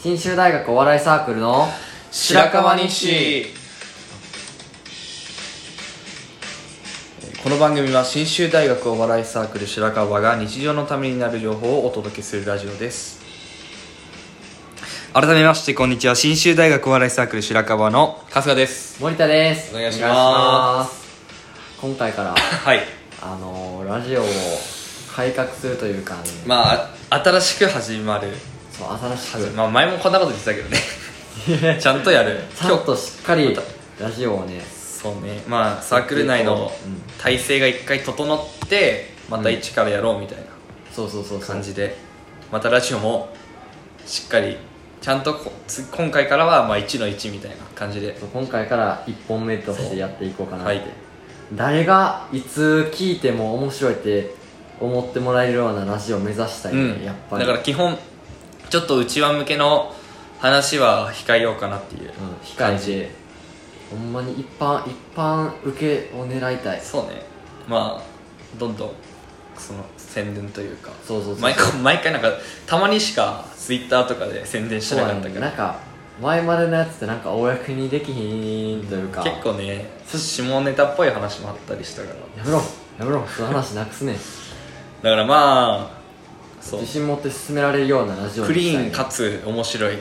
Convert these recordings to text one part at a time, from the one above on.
信州大学お笑いサークルの白川日誌この番組は信州大学お笑いサークル白川が日常のためになる情報をお届けするラジオです改めましてこんにちは信州大学お笑いサークル白川の春日です森田ですお願いします今回からはいあのーラジオを改革するというか、ねまああ新しく始まるそう新し始くまあ前もこんなこと言ってたけどね ちゃんとやるちゃんとしっかりラジオをねそうねまあサークル内のうん体制が一回整ってまた一からやろうみたいなそうそうそうそう感じでまたラジオもしっかりちゃんとこつ今回からはまあ1の1みたいな感じでそう今回から1本目としてやっていこうかなって、はい誰がいつ聞いても面白いって思ってもらえるようなラジオを目指したいうね、んやっぱりだから基本ちょっと内輪向けの話は控えようかなっていううん、控えてほんまに一般一般受けを狙いたいそうねまあどんどんその宣伝というかそうそうそう毎回毎回なんかたまにしかツイッターとかで宣伝してそうななかっんだたかなんらか前までのやつってなんか公にできひんというか結構ね下ネタっぽい話もあったりしたからやめろやめろその話なくすねんだからまあそう自信持って進められるようなラジオにクリしたいーねンかつ面白いうん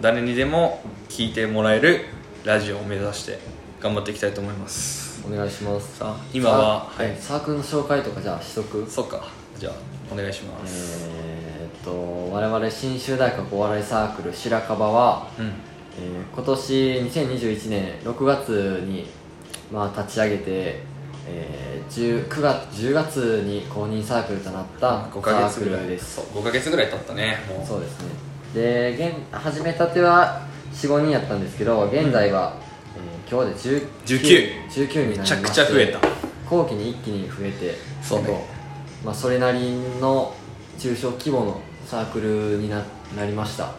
誰にでも聞いてもらえるラジオを目指して頑張っていきたいと思いますお願いしますさあ今はさはいサークルの紹介とかじゃあしとくそうかじゃあお願いしますえーっと我々信州大学お笑いサークル白樺は、うんえー今年2021年6月に、まあ、立ち上げて、えー、10, 9月10月に公認サークルとなった5サヶー月クぐらルいですそう5ヶ月ぐらい経ったねもうそうですねで現始めたては45人やったんですけど現在は、えー今日で19 19 19人になりまめしてちゃくちゃ増えた後期に一気に増えてそうね結構まあ、それなりの中小規模のサークルにななりました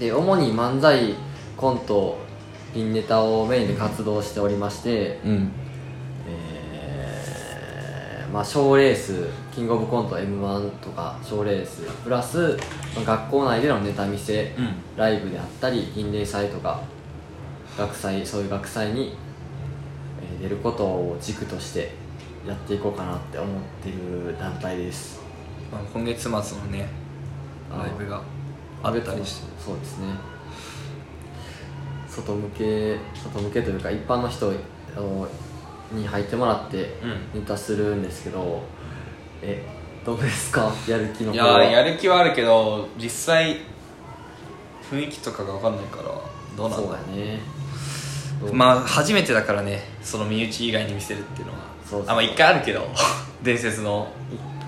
で主に漫才コントピンネタをメインで活動しておりまして、うんえーまあ、賞レースキングオブコント m 1とか賞レースプラス、まあ学校内でのネタ見せ、うんライブであったり銀霊祭とか学祭そういう学祭にえー出ることを軸としてやっていこうかなって思ってる団体ですまあ今月末のねライブがあったりしてそうそうですね外向け外向けというか一般の人あのに入ってもらってネタするんですけど、えどうですかやる気のい方やはーやる気はあるけど実際雰囲気とかが分かんないからどうなんだそうろだねどううまあ初めてだからねその身内以外に見せるっていうのはそうそうあまあ一回あるけど 伝説の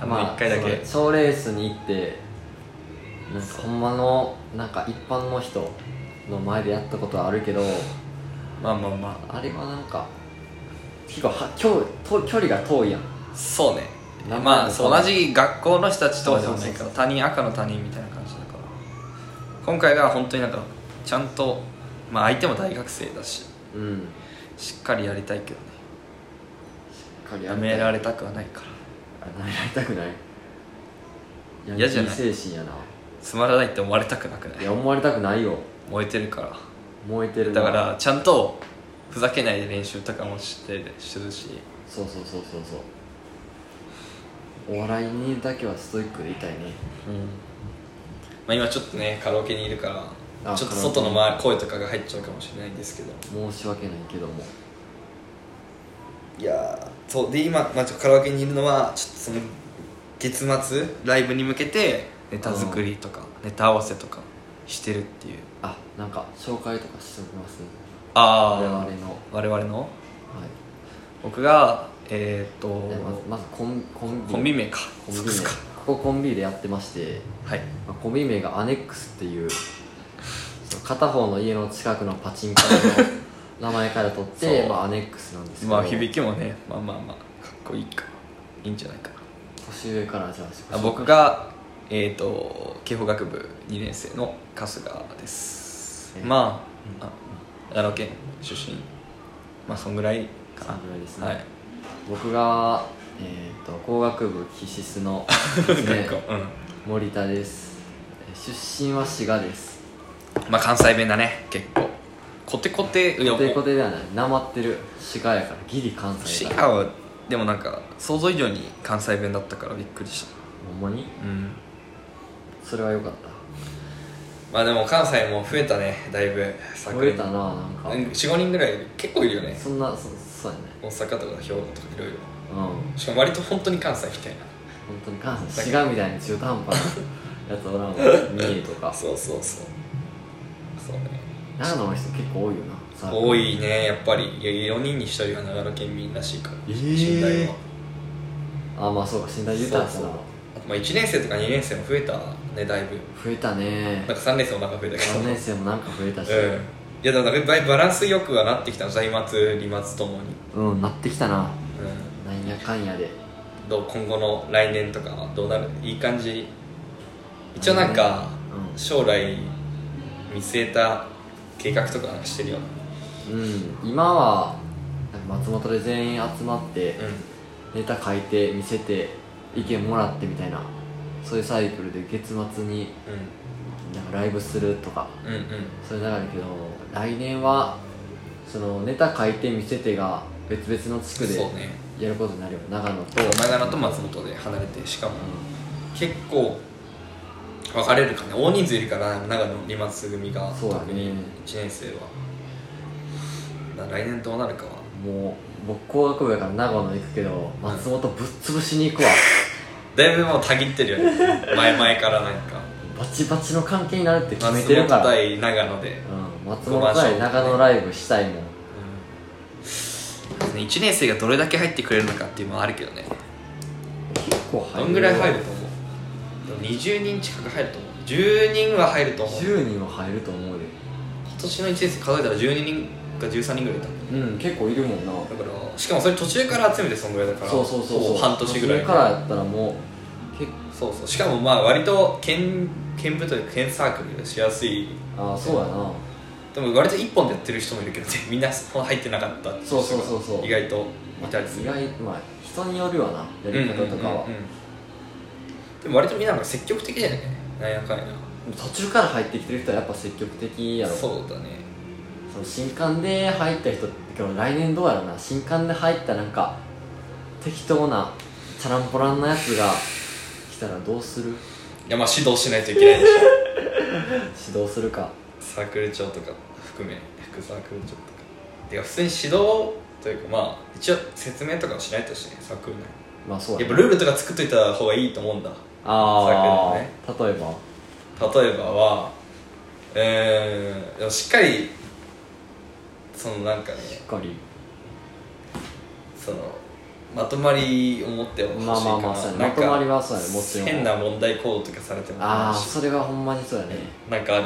あのまあ一回だけその賞レースに行ってなんかほんまのなんか一般の人の前でやったことはあるけどまあまあまあれはなんか結構は距と距離が遠いやんあそうね名前まあもそう同じ学校の人たちとはではなそういそうかそらう他人赤の他人みたいな感じだから今回が本当になんかちゃんとまあ相手も大学生だしうんしっかりやりたいけどねややめられれたくはないからやめられたくない嫌じゃないヤンキー精神やなつまらないって思われたくなくないいや思われたくないよ燃えてるから燃えてるなだからちゃんとふざけないで練習とかもしてしてるしそうそうそうそうそうお笑いにだけはストイックでいたいねまあ、今ちょっとねカラオケにいるからあちょっとカラオケ外の周り声とかが入っちゃうかもしれないんですけど申し訳ないけどもいやーそうで今、まあ、ちょっとカラオケにいるのはちょっとその月末ライブに向けてネタ作りとかネタ合わせとかしてるっていうあなんか紹介とかしておきますあ我々の、あはい、我々の僕がえー、っとでまずまずコンコンビコンビ名かコンビそう名っすこかこコンビでやってまして、はいまあ、コンビ名がアネックスっていうその片方の家の近くのパチンコの名前から取っそて、うまあ、アネックスなんですけどまあ響きもねまあまあまあかっこいいかいいんじゃないかな年上からじゃああ僕がえっ、と慶法学部2年生の春日ですえまああ長野県出身まあそんぐらいかなそんぐらいですねはい僕が、 、えー、と工学部必須の、ね学校うん森田です、出身は滋賀ですまあ関西弁だね結構コテコテいやコテコテではないなまってる滋賀やからギリ関西シやガからはでもなんか想像以上に関西弁だったからびっくりしたほんまにうんそれは良かっまあでも関西も増えたねだいぶた昨増えたななんか45人ぐらい結構いるよねそんなそそうやね大阪とか兵庫とかいろいろうん本しかも割と本当に関西みたいな当に関西滋賀みたいに中途半端 なやつおらんわ三重とかそうそうそうそうね長野の人結構多いよなサークル多いねやっぱりいや4人に1人が長野県民らしいからえー信頼はあまあそうか診断言うたんすなそうあとまあ1年生とか2年生も増えたねだいぶ増えた ねなんか3年生もなんか増えたけど3年生もなんか増えたしうんいやでもなんかババランスよくはなってきたの歳末離末ともに、うんなってきたなうなんやかんやでん、どう今後の来年とかはどうなるいい感じ一応なんかうん将来見据えた計画とかなんかしてるようん今はなんか松本で全員集まってうネタ書いて見せて意見もらってみたいなそういうサイクルで月末にんなんかライブするとかうんうんうんそういう流れだけど来年はそのネタ書いて見せてが別々の地区でそうねやることになるよ長野と長野と松本で離れてしかも結構分かれるかね大人数いるから長野離末組がそうだね特に1年生はだから来年どうなるかはうんもう僕工学部やから長野行くけど松本ぶっ潰しに行くわだいぶもうたぎってるよね 前々からなんかバチバチの関係になるって決め松てる本から対長野で、うん、松本対長野ライブしたいもんうん、1年生がどれだけ入ってくれるのかっていうのもあるけどね結構入るどんぐらい入ると思うでも20人近く入ると思う10人は入ると思う今10人は入ると思うで年の1年生数えたら12人か13人ぐらいいたうん結構いるもんなだからしかもそれ途中から集めてそんぐらいだからそうそうそうほそうぼ半年ぐらいそれからやったらもう結構そうそうしかもまあ割と県県部というか県サークルがしやすいああそうやなでも割と一本でやってる人もいるけど ねみんなその入ってなかったっていう人がそうそうそうそう意外といたりする意外まあ人によるわなやり方とかはうんうんうんうんでも割とみんななんか積極的だよねなんやかんや途中から入ってきてる人はやっぱ積極的やろそうだねその新刊で入った人って来年どうやろな新刊で入ったなんか適当なチャランポランなやつが来たらどうするいやまあ指導しないといけないでしょ 指導するかサークル長とか含め副サークル長とかてか普通に指導というかまあ一応説明とかはしないとしてねサークル内まあそうややっなぱルールとか作っといた方がいいと思うんだああ、例えば例えばはえー、でもしっかりそのなんかねしっかりそのまとまりを持ってほしいからまあまあまあそうやねなんかまとまりはそうやねもちろん変な問題行動とかされてもああなそれはほんまにそうだねなんかある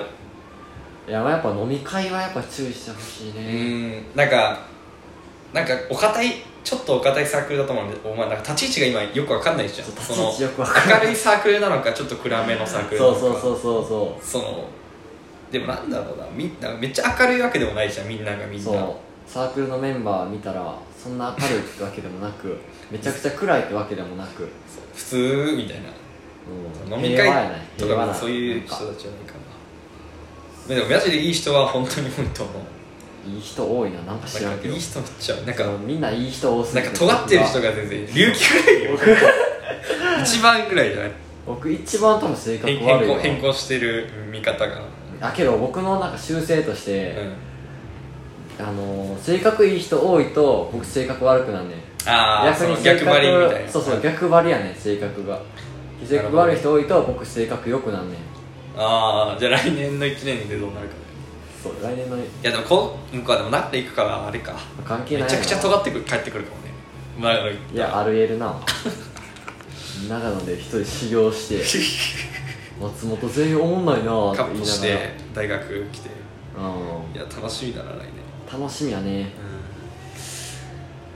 いややっぱ飲み会はやっぱ注意してほしいうねんなんかなんかお堅いちょっとお堅いサークルだと思うんでお前なんか立ち位置が今よくわかんないじゃんそうそ立ち位の置よくわかんない明るいサークルなのかちょっと暗めのサークルなそのうかそうそうそうそそのでもなんだろうなみんなめっちゃ明るいわけでもないじゃんみんながみうんそなうサークルのメンバー見たらそんな明るいってわけでもなくめちゃくちゃ暗いってわけでもなく、普通みたいなうん飲み平和や会ねと平和かなもそういう人なんかたちじゃないかなでもマジでいい人は本当に多いと思ういい人多いななんか知らなんんかけいどい人めっちゃなんかそうみんないい人多すなぎんか尖ってる人がが全然隆起ぐらいよ一番ぐらいじゃない僕一番多分性格変悪変いわ更変更してる見方があけど僕のなんか修正としうて、んあのー性格いい人多いと僕性格悪くなんねんああその逆張りみたいなそうそう逆張りやねん性格が性格悪い人多いと僕性格良くなんねんああじゃあ来年の1年でどうなるかねそう来年のいやでもこう向こうはでもなっていくからあれか関係めないちゃくちゃとか尖ってくる帰ってくるかもね前の言っいやあるえるな長野で一人修行して 松本全員おもんないなぁたっカてッ言プいしなて大学来てがら、うんいや楽しみだな来年楽しみやね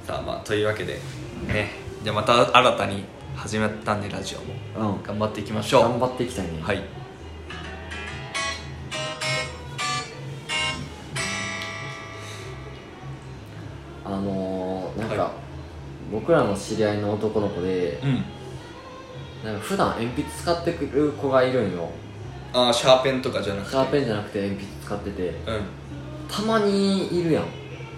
さあまあというわけでねじゃあまた新たに始まったんでラジオうもん頑張っていきましょう頑張っていきたいねはいあのー、なんか、はい僕らの知り合いの男の子でうんなんか普段鉛筆使ってくる子がいるんよああシャーペンとかじゃなくてシャーペンじゃなくて鉛筆使っててうたまにいるやん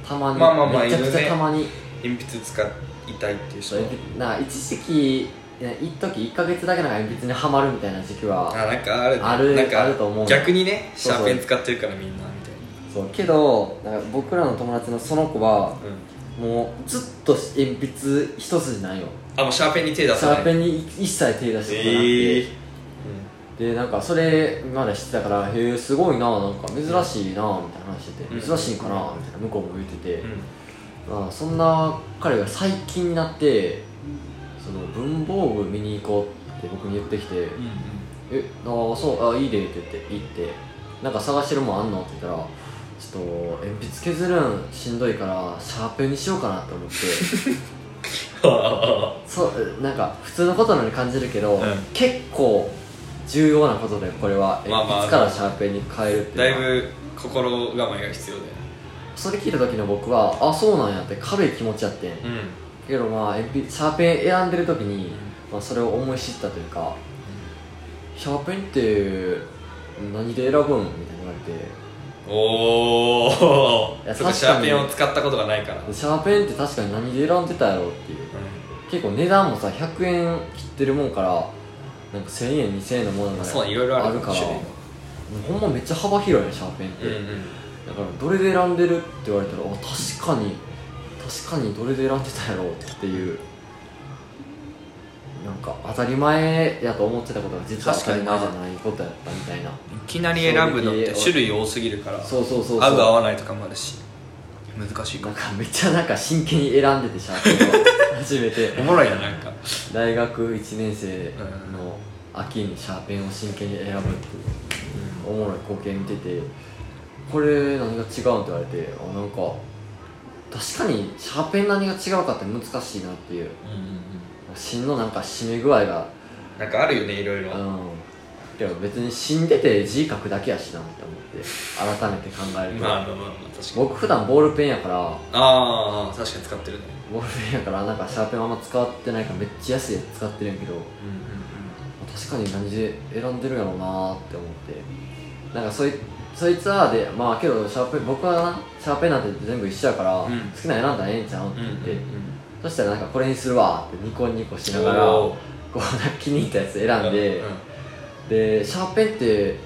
たまに、まあまあまあめちゃくちいるゃねたまに、ん鉛筆使いたいっていう人そう鉛筆なんか一時期いや一時一ヶ月だけなんか鉛筆にはまるみたいな時期あはなんかあるあるなんかあると思う逆にねシそうャそーうペン使ってるからみんなみたいそうけどなんか僕らの友達のその子はなうんもうずっと鉛筆一筋なんよあもうシャーペンに手出シさャないーペンに一切手出してこなくて、ええでなんかそれまで知ってたから「へえすごいななんか珍しいな」みたいな話してて「うん珍しいんかな」みたいな向こうも言っててう、んまあ、そんな彼が最近になってその文房具見に行こうって僕に言ってきてうん「えああそうあいいで」って言って行って「なんか探してるもんあんの?」って言ったら「ちょっと鉛筆削るんしんどいからシャーペンにしようかな」って思って そうなんか普通のことのように感じるけど、ん結構重要なことでこれはまあま鉛あ筆からシャーペンに変えるっていうのだはいぶ心構えが必要だよねそれ聞いた時の僕はあそうなんやって軽い気持ちやってんうんけどまあ鉛筆シャーペン選んでる時に、まあ、それを思い知ったというかシャーペンって何で選ぶんみたいに言われてお おいやそっか確シかャーにペンを使ったことがないからシャーペンって確かに何で選んでたやろっていう結構値段もさ100円切ってるもんからなんか1000円2000円のものまがあそういろいろあるから種類ほんまめっちゃ幅広いねシャーペンって、うんうんだからどれで選んでるって言われたらあ確かに確かにどれで選んでたやろうっていうなんか当たり前やと思ってたことが実は当たり前じゃないことやったみたいないきなり選ぶのって種類多すぎるからそうそうそうそう合う合わないとかもあるし難しいかなんもかめっちゃなんか真剣に選んでてシャーペンを初め ておもろいやなんか大学1年生の秋にシャーペンを真剣に選ぶっていうおもろい光景見てて「これ何が違うん?」って言われてあなんか確かにシャーペン何が違うかって難しいなっていううんうんうん芯のなんか締め具合がなんかあるよねいろいろうんでも別に死んでて字書くだけやしなって思って改めて考えると、まあまあまあまあ確かに僕普段ボールペンやからああ確かに使ってるねボールペンやからなんかシャーペンあんま使ってないからめっちゃ安いやつ使ってるんやけどうんうんう確かに何で選んでるやろうなーって思ってなんかそいそいつはでまあけどシャーペン僕はなシャーペンなんて全部一緒やから、うん好きなの選んだらええんちゃうってん言って、うんうんうんそしたらなんかこれにするわってニコニコしながらおこーうなんか気に入ったやつ選んで、うんうんでシャーペンって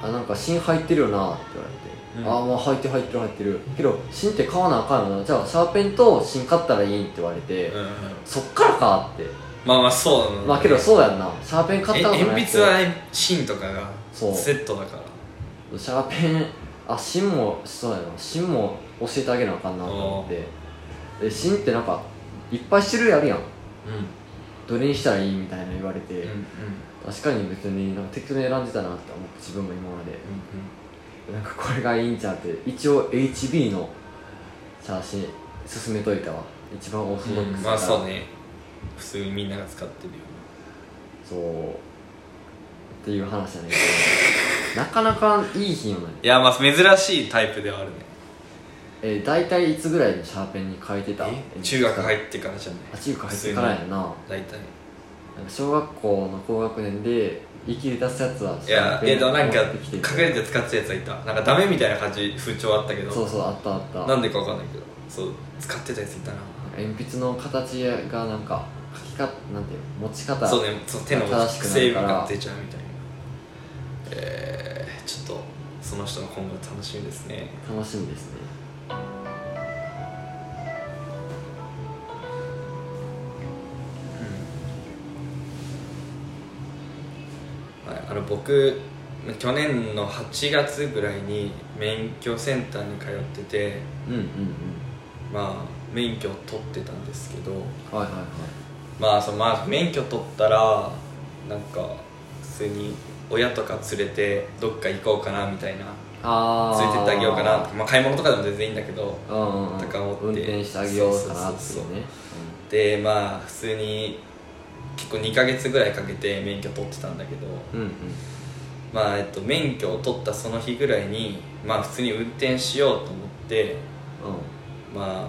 あなんか芯入ってるよなって言われて、あうあまあ入ってる入ってる入ってるけど芯って買わなあかんよなじゃあシャーペンと芯買ったらいいんって言われて、うんうんそっからかって、まあまあそうなのねまあけどそうやんなシャーペン買えったことない鉛やつ筆は芯とかがそうセットだからシャーペンあ芯もそうやな芯も教えてあげなあかんなと思ってで芯ってなんかいっぱい種類あるやんうどれにしたらいいみたいな言われて、んうん確かに別になんか適当に選んでたなって思って自分も今までなんかこれがいいんちゃうって一応 HB の写真進めといたわ一番オーソドうんックスまあなそうね普通にみんなが使ってるよそうっていう話じゃないけどなかなかいい日よね、いやまあ珍しいタイプではあるねえー、大体いつぐらいにシャーペンに変えてたえ中学入ってからじゃないあ中学入ってからやななんか大体小学校の高学年で生き出すやつはいやえっとなんか持ってきて隠れて使ってたやつがいたなんかダメみたいな感じ風潮あったけそうどそうあったあったなんでかわかんないけどそう使ってたやついたな鉛筆の形がなんか書き方なんていうの持ち方そうねその手正のしくなるから癖が出ちゃうみたいなえー、ちょっとその人の今後楽しみですね楽しみですねはい、あの僕去年の8月ぐらいに免許センターに通っててうんうんまあ免許を取ってたんですけどうんはいはいはいまあそのまあ免許取ったらなんか普通に親とか連れてどっか行こうかなみたいなああ連れてってあげようかなとかまあ、買い物とかでも全然いいんだけどうんうんとか思って運転してあげようかなっていうねでまあ普通に結構2ヶ月ぐらいかけて免許取ってたんだけどうんうんまあえっと免許を取ったその日ぐらいにまあ普通に運転しようと思ってまあ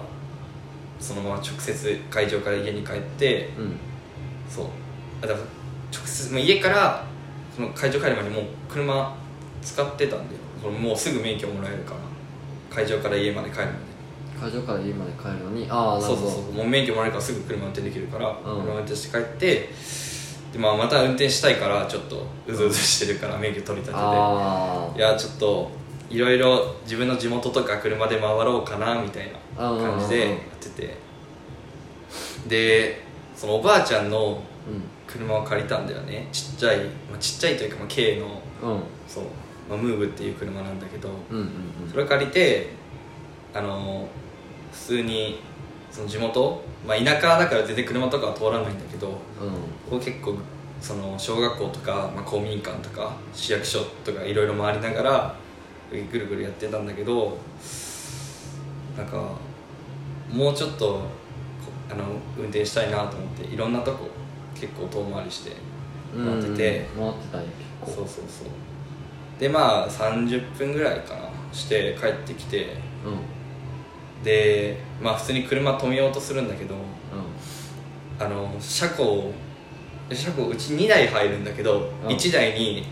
そのまま直接会場から家に帰ってうんうんそうあだから直接、まあ、家からその会場帰る前にもう車使ってたんでそのもうすぐ免許もらえるから会場から家まで帰るまで会場から家まで帰るのにああなそるうほそうどそうもう免許もらえるからすぐ車運転できるから、ん車運転して帰ってで、まあ、また運転したいからちょっとうずうずしてるから免許取り立ててあいやちょっといろいろ自分の地元とか車で回ろうかなみたいな感じうんでうんうやんっててでそのおばあちゃんの車を借りたんだよねちっちゃい、まあ、ちっちゃいというか、まあ、K のあうんうんそう、まあ、ムーブっていう車なんだけどうんうんそれを借りてあの普通にその地元、まあ、田舎だから全然車とかは通らないんだけどうんうんこう結構その小学校とか、まあ、公民館とか市役所とかいろいろ回りながらぐるぐるやってたんだけどなんかもうちょっとこあの運転したいなと思っていろんなとこ結構遠回りして回ってて、うんうん回ってたんやそうそうそうでまあ30分ぐらいかなして帰ってきてうんうんでまあ普通に車止めようとするんだけどあの車庫を車庫うち2台入るんだけど、うん1台に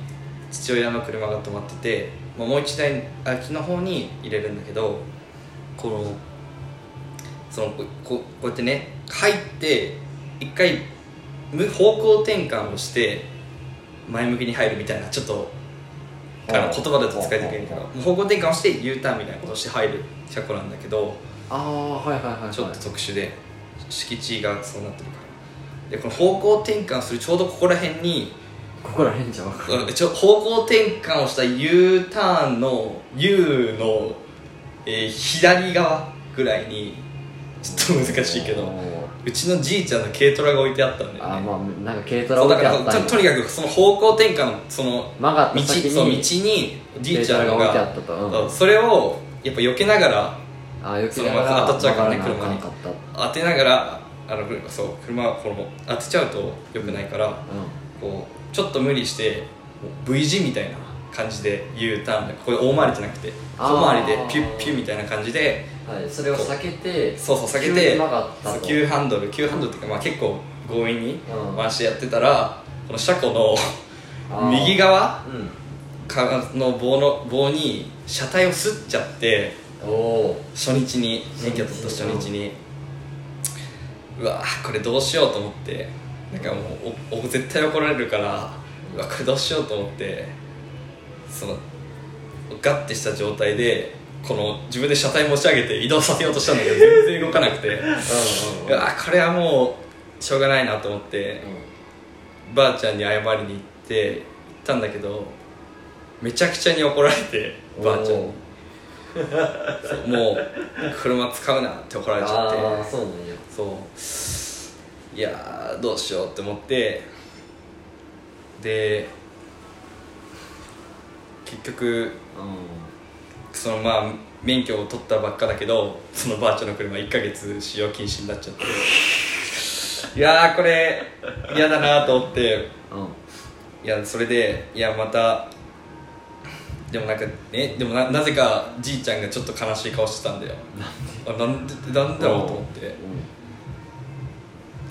父親の車が止まってて、まあ、もう1台あっちの方に入れるんだけどこのそのこここうやってね入って一回む方向転換をして前向きに入るみたいなちょっとあのうん言葉だと使いたくないけどうんもう方向転換をして U ターンみたいなことをして入る車庫なんだけど。ああはいはいはいはいちょっと特殊で敷地がそうなってるからでこの方向転換するちょうどここら辺 にここら辺じゃ分かるあちょ方向転換をした U ターンの U の、えー左側ぐらいにちょっと難しいけどうちのじいちゃんの軽トラが置いてあったんだよねあーまあなんか軽トラそう置だいかてらあったちんょやとにかくその方向転換のその曲がった道先にそう道にじいちゃ軽トんラが置いてあがったとうんそうそれをやっぱ避けながらああよそけのなまがまら当たっちゃうからね曲が車らなにあかんかった当てながらあのそう車この当てちゃうと良くないからこうちょっと無理してもう V 字みたいな感じで U ターンでここで大回りじゃなくてあー小回りでピュッピュッみたいな感じでうんはいそれを避けてそうそう避け急てに曲がったそうと急ハンドル急ハンドルっていうか、まあ、結構強引にうん回してやってたらこの車庫のあー右側うんかの棒の棒に車体をすっちゃっておお初日に免許取った初日にうわーこれどうしようと思ってなんかもうおお絶対怒られるからうわこれどうしようと思ってそのガッてした状態でこの自分で車体持ち上げて移動させようとしたんだけど全然動かなくてうんうわーこれはもうしょうがないなと思ってばあちゃんに謝りに行って行ったんだけどめちゃくちゃに怒られてばあちゃんにそうもう車使うなって怒られちゃああってそうなんやそういやーどうしようって思ってで結局うそのまあ免許を取ったばっかだけどそのばあちゃんの車1ヶ月使用禁止になっちゃっていやーこれ嫌だなと思ってんうんいやそれでいやまたでもなんかねでもななぜかじいちゃんがちょっと悲しい顔してたんだよあなんでなんだろうと思って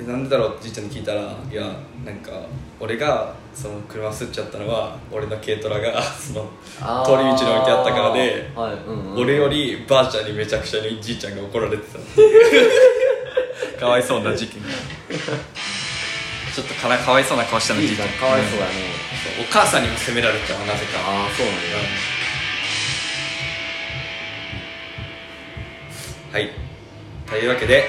でなんでだろうってじいちゃんに聞いたらいやなんか俺がその車すっちゃったのは俺の軽トラが そのあー通り道に置いてあったからではいうんうん俺よりばあちゃんにめちゃくちゃにじいちゃんが怒られてたっていうかわいそうな事件 ちょっとからかわいそうな顔したのいじいいちじゃゃんんかわいそうだねそうお母さんにも責められてたなぜかああそうなんやはいというわけで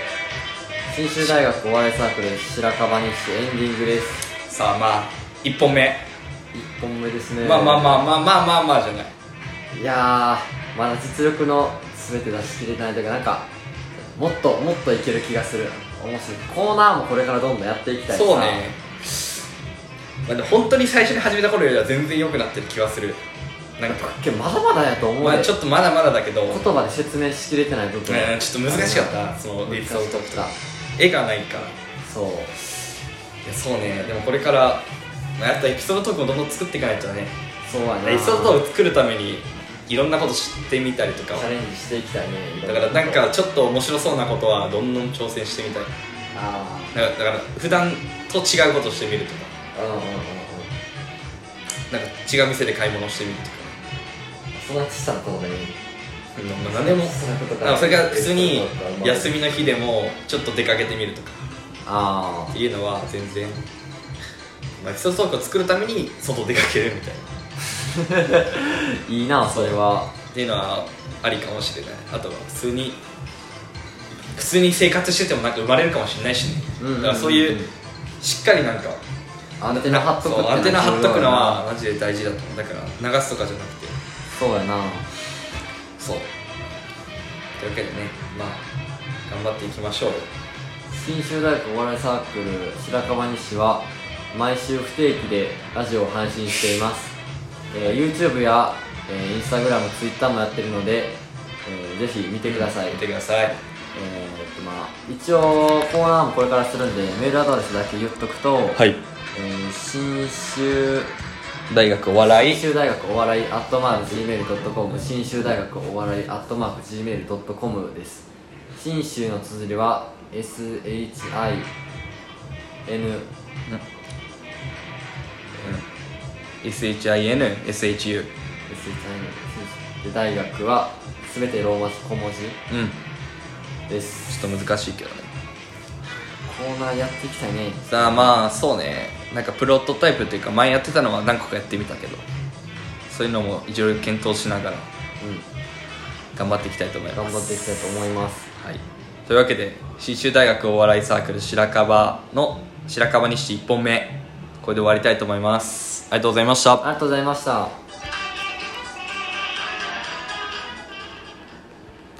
信州大学お笑いサークル白樺日誌エンディングですさあまあ1本目、 1本目ですねまあまあまあまあまあまあまあじゃないいやーまだ実力の全て出し切れてないというかなんかもっともっといける気がする面白いコーナーもこれからどんどんやっていきたいしさそうねまあでも本当に最初に始めた頃よりは全然良くなってる気はするなんかけどまだまだやと思う、まあちょっっとまだまだだけど、言葉で説明しきれてない部分、うんちょっと難しかったそのエピソードトークとか絵がないからいそうやそうねでもこれから、まあ、やっぱエピソードトークもどんどん作っていかないとねそうやなエピソードトーク作るためにいろんなこと知ってみたりとかチャレンジしていきたいねだからなんかちょっと面白そうなことはどんどん挑戦してみたいあだからだから普段と違うことしてみるとかあうんうんうんうんなんか違う店で買い物してみるとか育ちさんとかでいいうんまあ何でもそんなことかなんかそれが普通に休みの日でもちょっと出かけてみるとかあっていうのは全然まあ基礎倉庫作るために外出かけるみたいなあいいなそれはっていうのはありかもしれないあとは普通に普通に生活しててもなんか生まれるかもしれないしね、うんうんうんうんだからそういうしっかりなんかアンテナ張っとくそうアンテナ張っとく重要やのなはマジで大事だと思うだから流すとかじゃなくてそうやなそうというわけでねまあ頑張っていきましょうよ信州大学お笑いサークル白樺西は毎週不定期でラジオを配信しています、えー YouTube や、えー、Instagram、Twitter もやってるので、えーぜひ見てください、見てくださいえーっとまあ、一応コーナーもこれからするんでメールアドレスだけ言っとくと、いえー新州大学お笑新州大学お笑いアットマーク Gmail.com 新州大学お笑いアットマーク Gmail.com です新州の綴りは SHIN うん SHINSHU SHIN で大学は全てローマ字小文字うんですちょっと難しいけどねコーナーやっていきたいねさあまあそうねなんかプロトタイプっていうか前やってたのは何個かやってみたけどそういうのもいろいろ検討しながらう頑張っていきたいと思いん頑ます張っていきたいと思いますはい、というわけで信州大学お笑いサークル白樺の白樺西1本目これで終わりたいと思いますありがとうございましたありがとうございました